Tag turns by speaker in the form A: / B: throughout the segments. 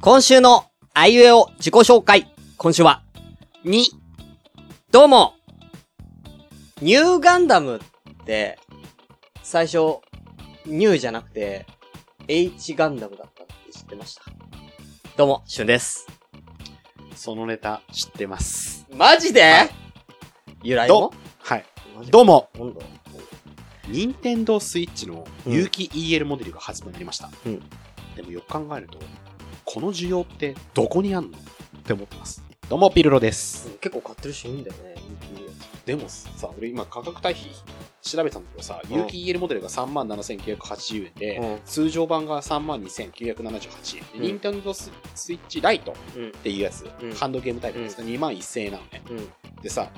A: 今週のあいうえお自己紹介。今週は、に、どうも、ニューガンダムって、最初、ニューじゃなくて、H ガンダムだったって知ってました。どうも、しゅんです。
B: そのネタ知ってます。
A: マジで由来も
B: はい。どうも、
A: 今度
B: 任天堂スイッチの
A: うん
B: 有機 EL モデルが発売になりました。
A: うん
B: でもよく考えると、この需要ってどこにあんのって思ってます。どうも、ピルロです。
A: 結構買ってる人いるんだよね。人気いるよ
B: でもさ、俺今価格対比調べたんだけどさ、
A: うん
B: 有機 EL モデルが37,980円で、
A: うん
B: 通常版が32,978円。
A: うん
B: で、任天堂スイッチライトっ
A: うん。
B: ていうやつ、
A: うん
B: ハンドゲームタイプですが、21,000円なのね。
A: うん。
B: でさ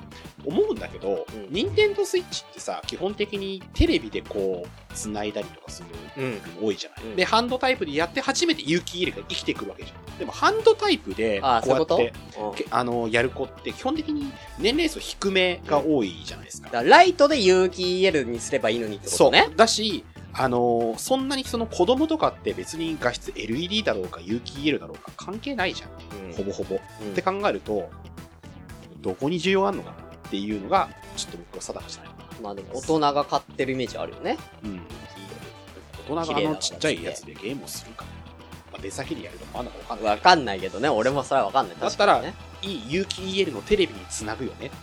B: 思うんだけど、
A: うん
B: 任天堂スイッチってさ基本的にテレビでこう繋いだりとかする
A: うん。
B: 多いじゃない、
A: うん
B: でハンドタイプでやって初めて有機 EL が生きてくるわけじゃんでもハンドタイプで
A: ああ、
B: こ
A: そうういう
B: やっ
A: こと
B: て
A: うん
B: けあのやる子って基本的に年齢層低めが多いじゃないですか,、
A: だからライトで有機 EL にすればいいのにってこ
B: そ
A: と
B: う
A: ね。
B: だしあのそんなにその子供とかって別に画質 LED だろうか有機 EL だろうか関係ないじゃん、
A: うん
B: ほぼほぼ
A: うん
B: って考えると、どこに需要あんのかなっていうのが、ちょっと僕は定かじゃないかな。
A: まあでも大人が買ってるイメージあるよね。
B: うん。
A: 綺麗だか
B: 大人があ
A: ら
B: のちっちゃいやつでゲームをするかな。まあ、出先でやるとかあんのかわかんない
A: わ。かんないけどね。俺もそれはわかんない。
B: だっ
A: 確
B: た
A: からにね。
B: いい有機 EL のテレビにつなぐよねっていう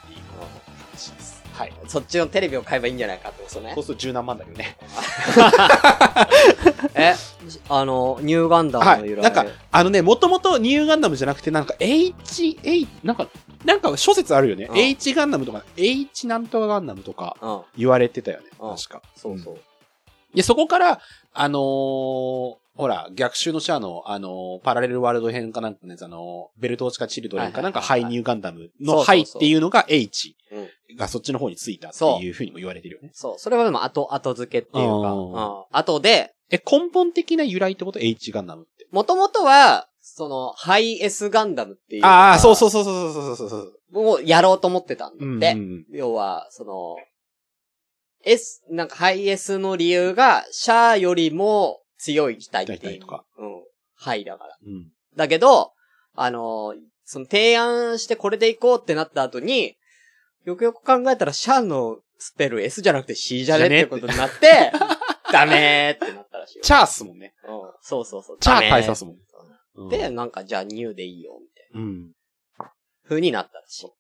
B: 話です。はい。
A: そっちのテレビを買えばいいんじゃないかってことね
B: そ。うすると十何万だけどね。
A: え、あの、ニューガンダムの由来。
B: はいなんか あのね、もともとニューガンダムじゃなくて、なんか H、H、なんか、なんか諸説あるよね。
A: うん
B: H ガンダムとか、H なんとかガンダムとか
A: うん。
B: 言われてたよね。
A: うん
B: 確か。
A: そうそう。
B: で、そこから、あのーほら、逆襲のシャアの、あのーパラレルワールド編かなんかね、あのーベルト落ちかチルドレンかなんか、
A: は
B: ハ
A: い
B: イ
A: はいはいはい
B: ニューガンダム
A: そう
B: の
A: そうそう
B: ハイっていうのが H
A: うん
B: がそっちの方についたっていうふうにも言われてるよね。
A: そう。それはでも後、後付けっていうか。
B: う
A: うんん。後で、
B: え、根本的な由来ってこと ?H ガンダムって。
A: もともとは、その、ハイエスガンダムっていう。
B: ああ、そう
A: う
B: そうそうそうそうそうそう。。
A: をやろうと思ってたん
B: うん、う
A: だっ
B: ん。
A: て。要は、その、S、なんかハイエスの理由が、シャアよりも強い機体って
B: 大
A: い
B: 体
A: う
B: と。か。
A: うん。ハイだから。
B: うん。
A: だけど、あの、その提案してこれでいこうってなった後に、よくよく考えたらシャアのスペル S じゃなくて C じゃねっ
B: じゃね
A: てことになって、 ダメーってなったらしいよ。
B: チャースもんね。
A: うん、そうそうそう。
B: チャー大
A: ダ
B: 佐すもん。うん
A: メーで、なんかじゃあニューでいいよ、みたい
B: うん。
A: な風になったらしい。
B: い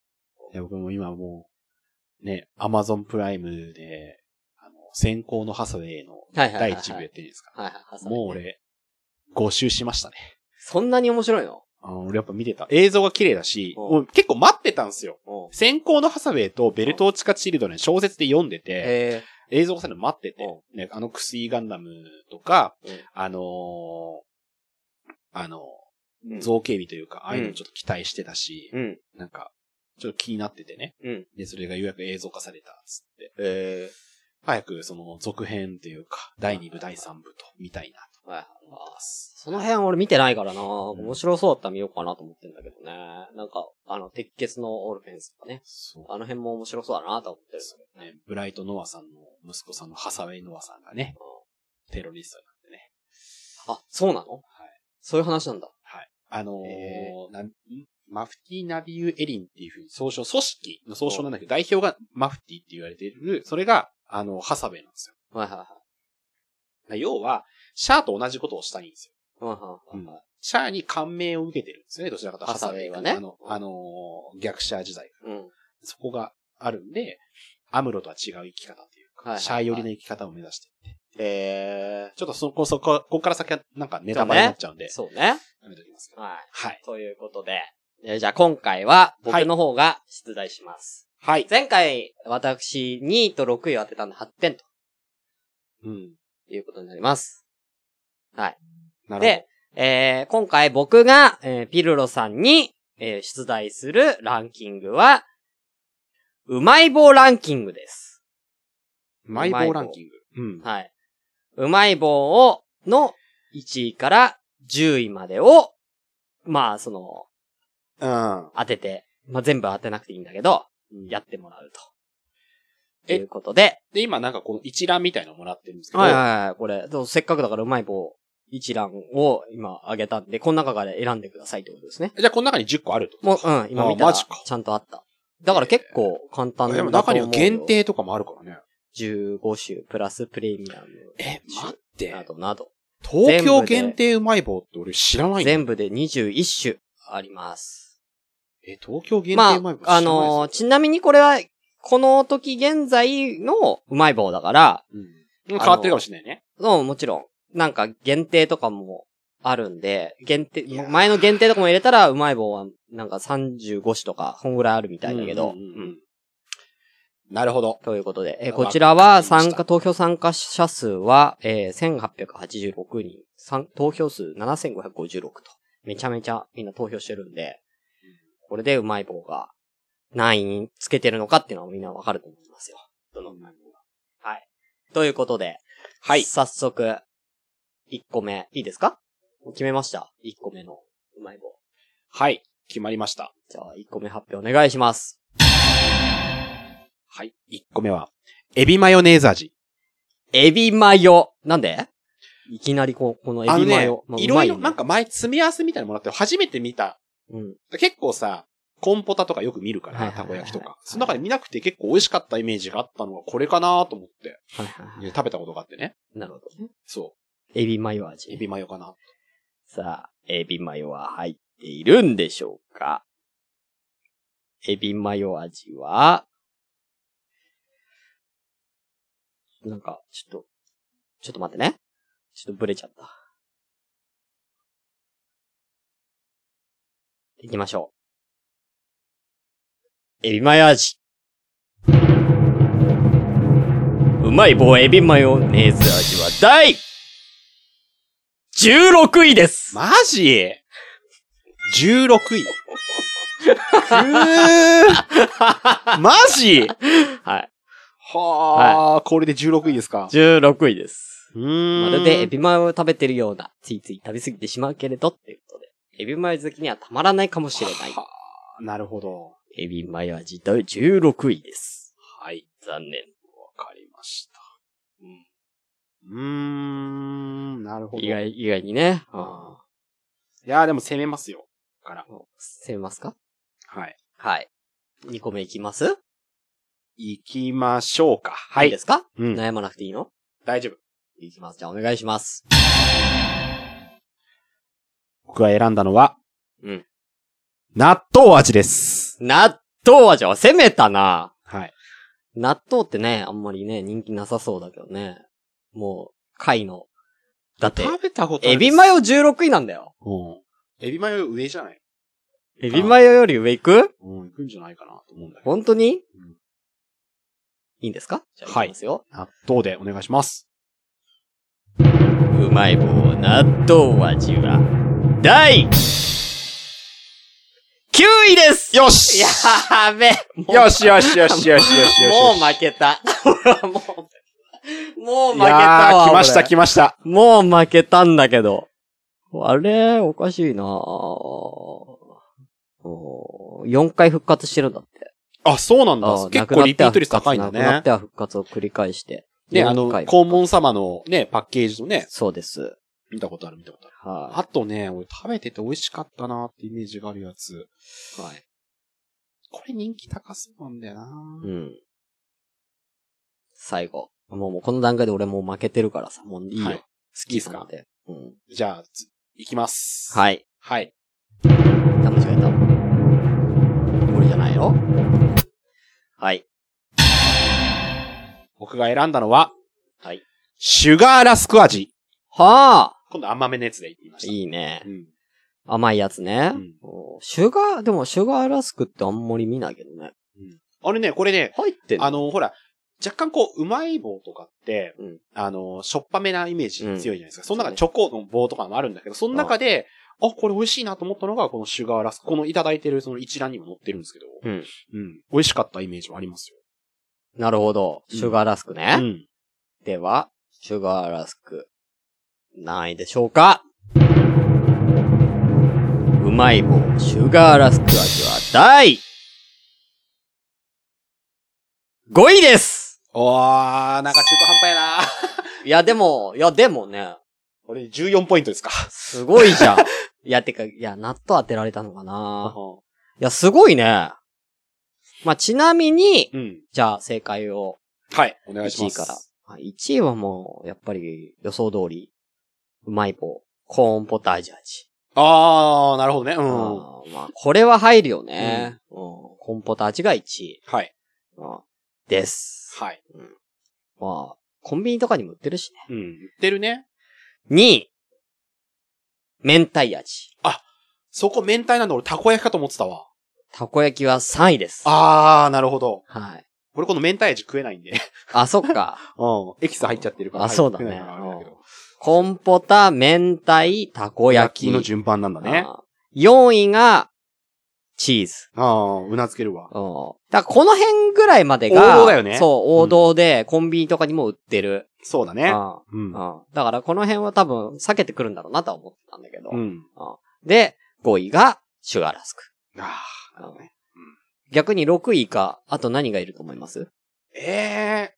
B: や、僕も今もう、ね、アマゾンプライムで、あの、先行のハサウェイの
A: はいはいはい、
B: 第
A: はい。
B: 一部やってるんですか。
A: はいはいはい。
B: もう俺、5周しましたね。
A: そんなに面白いの
B: あの俺やっぱ見てた。映像が綺麗だし、
A: うん
B: もう結構待ってたんですよ。
A: うん。
B: 先行のハサウェイとベルトオチカチルドレン小説で読んでて、
A: えー
B: 映像がさるの待ってて
A: う、
B: ね、あのクスイガンダムとか、
A: うん
B: あのーあの
A: うん
B: 造形美というか、ああいうのちょっと期待してたし、
A: うん。
B: なんか、ちょっと気になっててね。
A: うん。
B: で、それがようやく映像化された、つって。
A: え
B: 早くその続編というか、第2部、第3部と、みたいなと
A: ー、はい。
B: 思います。
A: その辺俺見てないからな面白そうだったら見ようかなと思ってんだけどね。なんか、あの、鉄血のオールフェンスとかね。
B: そう
A: あの辺も面白そうだなと思ってる。
B: そうね。ブライト・ノアさんの息子さんのハサウェイ・ノアさんがね、テロリストになってね。
A: あ、そうなの
B: はい。
A: そういう話なんだ。
B: あのー
A: え
B: なんんマフティ・ナビユ・エリンっていうふうに、総称、組織の総称なんだけど、代表がマフティって言われてる、それが、あの、ハサウェイなんですよ。
A: はいはいはい。
B: だから要は、シャアと同じことをしたいんです
A: う
B: よ。
A: んはいはいはい。
B: シャアに感銘を受けてるんですよね、どちらかというと
A: ハサウェイはね
B: ハサウェイ君あの、あのー逆シャア時代。
A: うん。
B: そこがあるんで、アムロとは違う生き方という
A: はいはい
B: か、
A: はい
B: シャア寄りの生き方を目指して。
A: え
B: ちょっとそこ、そこ、ここから先はなんかネタバレになっちゃうんで、
A: ー、そうね。
B: やめときますけど。
A: はい。
B: はい。
A: ということで。えーじゃあ今回は
B: は
A: 僕
B: い
A: の方が出題します。
B: はい。
A: 前回私2位と6位を当てたんで8点と
B: うん。
A: いうことになります。はい。
B: なる
A: で、えー今回僕が、えーピルロさんに、えー出題するランキングは、うまい棒ランキングです。
B: ほど。マイボ
A: うまい
B: ー
A: 棒
B: ランキング。うん。
A: はい。うまい棒を、の1位から10位までを、まあ、その、
B: うん。
A: 当てて、まあ、全部当てなくていいんだけど、やってもらうと。と
B: え
A: いうことで、
B: で、今なんかこの一覧みたいなのもらってるんですけど、
A: はいはいはい、これ、どうせっかくだからうまい棒一覧を今上げたんで、この中から選んでくださいってことですね。
B: じゃあ、この中に10個あると。
A: もう、うん、今
B: あ
A: 見た
B: マ
A: ら、
B: ジ
A: ち
B: か
A: ゃんとあった。だから結構簡単
B: あ
A: な
B: でも中には限。定とかもあるからね。
A: 15種プラスプレミアム。
B: え、待って
A: な。どなど。
B: 東京限定うまい棒って俺知らないんだ
A: 全部で21種あります。
B: え、東京限定
A: ま
B: うまい棒知らないぞ、
A: あ、あのーちなみにこれは、この時現在のうまい棒だから、
B: うん。変わってるかもしれないね。
A: うん、もちろん、なんか限定とかもあるんで、限定
B: いやー、
A: 前の限定とかも入れたら、うまい棒はなんか35種とか、こんぐらいあるみたいだけど、
B: うんうんう
A: うんん
B: なるほど。
A: ということで、えー
B: わかりま
A: こ
B: した
A: ちらは参加、投票参加者数は、えー1886人、参投票数7556と、めちゃめちゃみんな投票してるんで、これでうまい棒が何位につけてるのかっていうのはみんなわかると思いますよ。どのうまい棒が。はい。ということで、
B: はい。
A: 早速、1個目、いいですかもう決めました。1個目のうまい棒。
B: はい。決まりました。
A: じゃあ、1個目発表お願いします。
B: はい。1個目は、エビマヨネーズ味。
A: エビマヨ。なんでいきなりこう、このエビマヨ。
B: あ
A: ま
B: の
A: あ
B: ね、いろいろ、
A: うま
B: なんか前、詰め合わせみたいなのもらって、初めて見た。
A: うん。
B: 結構さ、コンポタとかよく見るか
A: はい
B: ら、
A: はいは
B: た
A: い
B: こ焼きとか。その中で見なくて結構美味しかったイメージがあったのがこれかなと思って、
A: はいはいは
B: 食べたことがあってね。
A: い。なるほどね。
B: そ
A: エビマヨ
B: う。エ
A: 味。
B: ビマヨかな。
A: さあ、エビマヨは入っているんでしょうかエビマヨ味は、なんか、ちょっと、ちょっと待ってね。ちょっとブレちゃった。行きましょう。エビマヨ味。うまい棒エビマヨネーズ味は第16位です
B: マジ ?16 位。くーマジ
A: はい。
B: はあ、これで16位ですか。
A: 16位です。
B: うー
A: ま
B: ん
A: るでエビマヨを食べてるような、ついつい食べ過ぎてしまうけれどっていうことで、エビマヨ好きにはたまらないかもしれない。
B: はあなるほど。
A: エビマヨ味第16位です。
B: はい。
A: 残念。
B: わかりました。うん。うーん、なるほど。
A: 意
B: い
A: 外、意外にね。ああ
B: やーでも攻めますよ。から。
A: 攻めますか
B: はい。
A: はい。2個目いきます
B: 行きましょうか。はいい。
A: いですか
B: うん。
A: 悩まなくていいの
B: 大丈夫。
A: いきます。じゃあお願いします。
B: 僕が選んだのは、
A: うん。
B: 納豆味です。
A: 納豆味は攻めたな
B: はい。
A: 納豆ってね、あんまりね、人気なさそうだけどね。もう、貝の。だって、
B: 食べたことある
A: エビマ
B: ヨ
A: ヨ16位なんだよ。
B: エビマヨ上じゃない
A: エビマヨより上行く
B: うん、行くんじゃないかなと思うんだけど。
A: 本当に
B: うん
A: いいんですかじゃあ、
B: はい
A: いきますよ。
B: 納豆でお願いします。
A: うまい棒納豆味は、第9位です
B: よし
A: やーべもう
B: よしよしよしよしよしよし。
A: もう負けた。 もう、もう負けた
B: いや
A: わ。
B: ー来ました
A: 俺
B: 来ました。
A: もう負けたんだけど。あれおかしいな4回復活してるんだって。
B: あ、そうなんだ
A: あ。ー
B: 結構リピート率高いん
A: な
B: だ
A: くなっ
B: ね
A: て。は復活なくなっては復活を繰り返して。
B: ね、
A: 4
B: あの
A: 回、
B: 肛門様のね、パッケージのね、
A: そうです。
B: 見たことある見たことある。
A: は
B: あとね、俺食べてて美味しかったなってイメージがあるやつ。
A: い。はい。
B: これ人気高そうなんだよな
A: うん。最後。もうもうこの段階で俺もう負けてるからさ、もういいよ。
B: はい好きです
A: な
B: か
A: んで。うん。
B: じゃあ、ついきます。い。
A: はい。
B: はい。
A: あ、間違えた。これじゃないよ。はい。
B: 僕が選んだのは、
A: はい。
B: シュガーラスク味。
A: はあ
B: 今度甘めのやつで言いました。
A: いいね。
B: うん。
A: 甘いやつね。
B: うん
A: おシュガー、でもシュガーラスクってあんまり見ないけどね。
B: あれね、これね、
A: 入ってんの
B: あの、ほら、若干こう、うまい棒とかって、
A: うん
B: あの、しょっぱめなイメージ強いじゃないですか。そ
A: そ
B: の中
A: うね
B: にチョコの棒とかもあるんだけど、その中で、あ、これ美味しいなと思ったのが、このシュガーラスク。このいただいてるその一覧にも載ってるんですけど、
A: うん。
B: うん。美味しかったイメージはありますよ。
A: なるほど。
B: うん
A: シュガーラスクね。
B: うん。
A: では、シュガーラスク、何位でしょうかうまい棒、シュガーラスク味は第5位です
B: おー、なんか中途半端やな
A: いや、でも、いや、でもね、
B: 俺14ポイントですか。
A: すごいじ ゃん。いや、てか、いや、納豆当てられたのかな。いや、すごいね。まあ、ちなみに、
B: うん。
A: じゃあ正解を
B: はい。お願いし
A: 1
B: ま
A: 位
B: す。
A: から。まあ1位はもう、やっぱり予想通り、うまい棒、コーンポタージュ味。
B: あー、なるほどね。う。
A: うん
B: は
A: まあ、これは入るよね。うん。コーンポタージュが1位。
B: い。
A: うんです。
B: はい。
A: まあ、コンビニとかにも売ってるしね。
B: うん。言ってるね。
A: 2位、明太味。
B: そこ明太なんで俺たこ焼きかと思ってたわ。
A: たこ焼きは3位です。
B: あー、なるほど。
A: はい。
B: 俺この明太味食えないんで。
A: あ、そっか。
B: うん。エキス入っちゃってるから。
A: あそうだね
B: 食えないからあれだけど
A: コンポタ、明太、たこ焼き。
B: の順番なんだね。
A: あー4位が、チーズ。
B: あー、うなずけるわ。
A: うん。だからこの辺ぐらいまでが、
B: 王道だよね
A: そう、王道で、コンビニとかにも売ってる。
B: そうだ
A: う
B: ね。
A: ん。
B: うん。
A: うん。だからこの辺は多分避けてくるんだろうなとは思ったんだけど。
B: うん。
A: で、5位がシュガーラスク。
B: あ
A: う
B: ー、
A: ん
B: なるほどね。
A: 逆に6位か、あと何がいると思います
B: え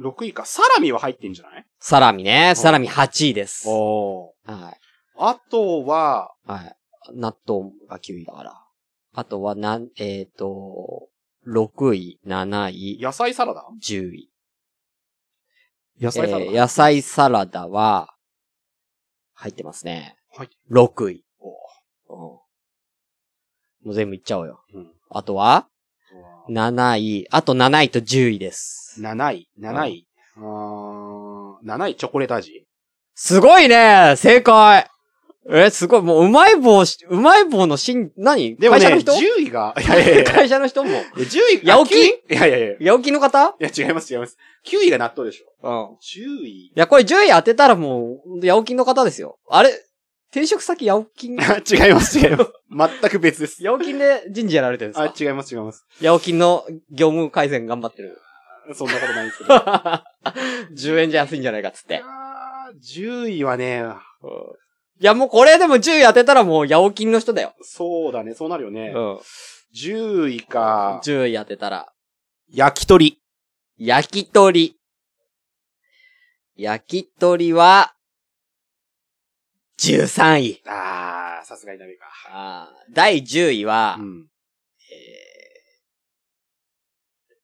B: ー、6位か。サラミは入ってんじゃない
A: サラミね。サラミ8位です。は
B: おー。
A: い。
B: あとは、
A: はい。納豆が9位だから。あとは、なん、えっ、と、6位、7位、
B: 野菜サラダ
A: 10位。
B: 野菜サラ
A: え
B: ダ。
A: ー野菜サラダは、入ってますね。
B: はい。
A: 6位。
B: お
A: う
B: ー
A: んもう全部いっちゃおうよ。
B: うん
A: あとは、
B: う
A: 7位。あと7位と10位です。
B: わ7位、7位。うーん、7位チョコレート味。
A: すごいね正解え、すごい。もう、うまい棒し、うまい棒のしん、何
B: でも
A: 会社
B: ね、
A: の人
B: 10位が、いやいやいや、
A: 会社の人も。
B: 10位、
A: 八百金
B: いやいやいや。い
A: 八百金の方
B: や、違います、違います。9位が納豆でしょ。
A: うん。
B: 10位
A: いや、これ10位当てたらもう、八百金の方ですよ。あれ転職先八百 金
B: 違います、違います。全く別です。
A: 八百金で人事やられてるんです
B: あ
A: か、
B: 違います、違います。
A: 八百金の業務改善頑張ってる。
B: そんなことないですけど。
A: 10円じゃ安いんじゃないかっつって。
B: あー10位はね、
A: いや、もうこれでも10位当てたらもう、八百金の人だよ。
B: そうだね、そうなるよ
A: う
B: ね。
A: ん。
B: 10位か、
A: 10位当てたら、
B: 焼き鳥。
A: 焼き鳥。焼き鳥は、13位。
B: あー、さすがにダメか。
A: あー第10位は、
B: うん。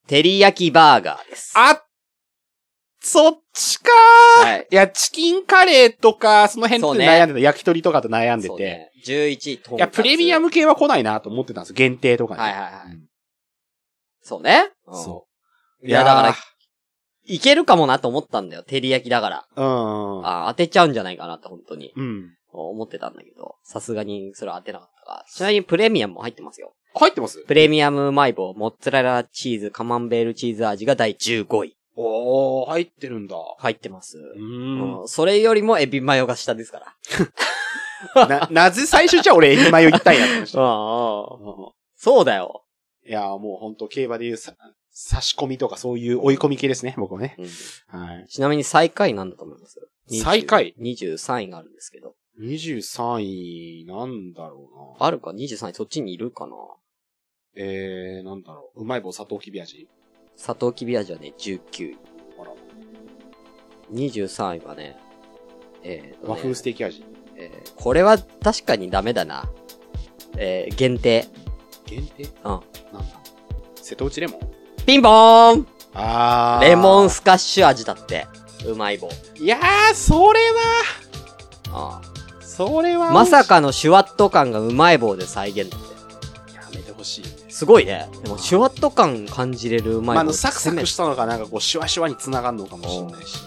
A: 照り焼きバーガーです。
B: あそっちかー、
A: はい
B: い、や、チキンカレーとか、その辺
A: そう
B: で
A: ね
B: 悩んでた、焼き鳥とかと悩んで
A: そう
B: て、
A: ね。11位、とん
B: い
A: か
B: や、
A: つ
B: プレミア。ム系は来ないなと思ってたんですよ。限定とかね。
A: はいはいはい
B: うん
A: そうね。うん
B: そう。
A: いやだからいけるかもなと思ったんだよ。照り焼きだから。
B: ら、うんうん。
A: あー当てちゃうんじゃないかなって、本当に。
B: うん。
A: 思ってたんだけど、さすがにそれは当てなかったから。ちなみにプレミアムも入ってますよ。
B: 入ってます
A: プレミアムうまい棒、モッツァレラチーズ、カマンベールチーズ味が第15位。
B: おー、入ってるんだ。
A: 入ってます。
B: う。
A: うんん、それよりもエビマヨが下ですから。
B: な、なぜ最初じゃあ俺エビマヨ行ったんやってました。
A: ああ。
B: う
A: そうだよ。
B: んいや、もうほんと競馬でいうさ、差し込みとかそういう追い込み系ですね、僕はね。
A: うん
B: はい。
A: ちなみに最下位なんだと思います
B: 最下位
A: ?23 位があるんですけど。
B: 23位、なんだろうな。
A: あるか ?23 位そっちにいるかな
B: えー、なんだろう。うまい棒砂糖きび味
A: 砂糖きび味はね、19位。
B: ほら、
A: 23位はね、えーとね
B: 和風ステーキ味。
A: えーこれは確かにダメだな。えー限定。
B: 限定
A: うん。
B: なんだ瀬戸内レモン
A: ピンポーン
B: あ
A: レモンスカッシュ味だって。うまい棒。
B: いやー、それ
A: あ
B: は、それは
A: あ。まさかのシュワッと感がうまい棒で再現だって。
B: やめてほしい。
A: すごいね。でもシュワッと感感じれるうまい
B: ま
A: 棒。
B: あ、あの、サクサク
A: せ
B: したのがなんかこう、シュワシュワに繋がるのかもしれないし。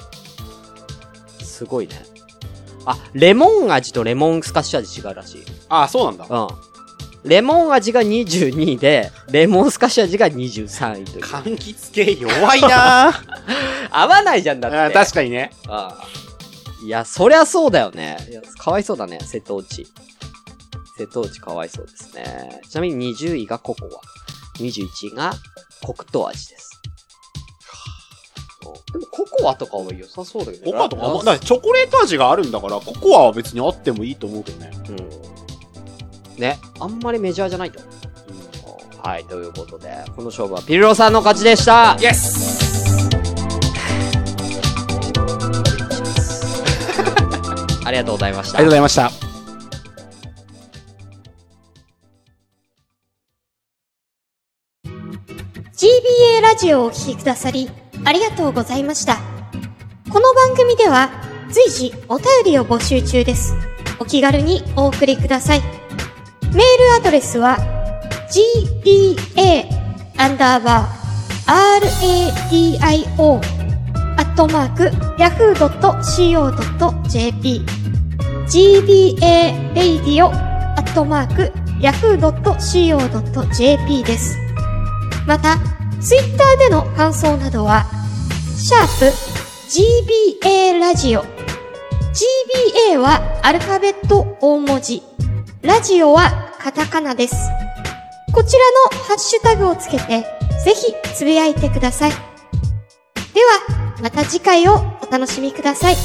A: めすごいね。あ、レモン味とレモンスカッシュ味違うらしい。
B: ああ、そうなんだ。
A: うん。レモン味が22位で、レモンスカッシュ味が23位という。
B: 柑橘系弱いな ー
A: 合わないじゃんだって。
B: あー確かにね。
A: ああ。いや、そりゃそうだよね。いや、かわいそうだね、瀬戸内。瀬戸内かわいそうですね。ちなみに20位がココア。21位が黒糖味です。でもココアとかは良さそうだけど
B: ココアとか、まあだから
A: い。
B: チョコレート味があるんだから、ココアは別にあってもいいと思うけどね。
A: うん。ね、あんまりメジャーじゃないと思う。はい、ということで、この勝負はピルロさんの勝ちでした
B: イエス
A: ありがとうございまし
B: あ
A: た
B: りがとうご。ざいました。
C: GBA ラジオをお聴きくださり、ありがとうございました。この番組では、随時お便りを募集中です。お気軽にお送りください。メールアドレスは、gba, アンダーバー、radio, アットマーク、yahoo.co.jp gba, radio, アットマーク、yahoo.co.jp です。また、ツイッターでの感想などは、シャープ GBA ラジオ。GBA はアルファベット大文字。ラジオはカタカナです。こちらのハッシュタグをつけて、ぜひつぶやいてください。では、また次回をお楽しみください。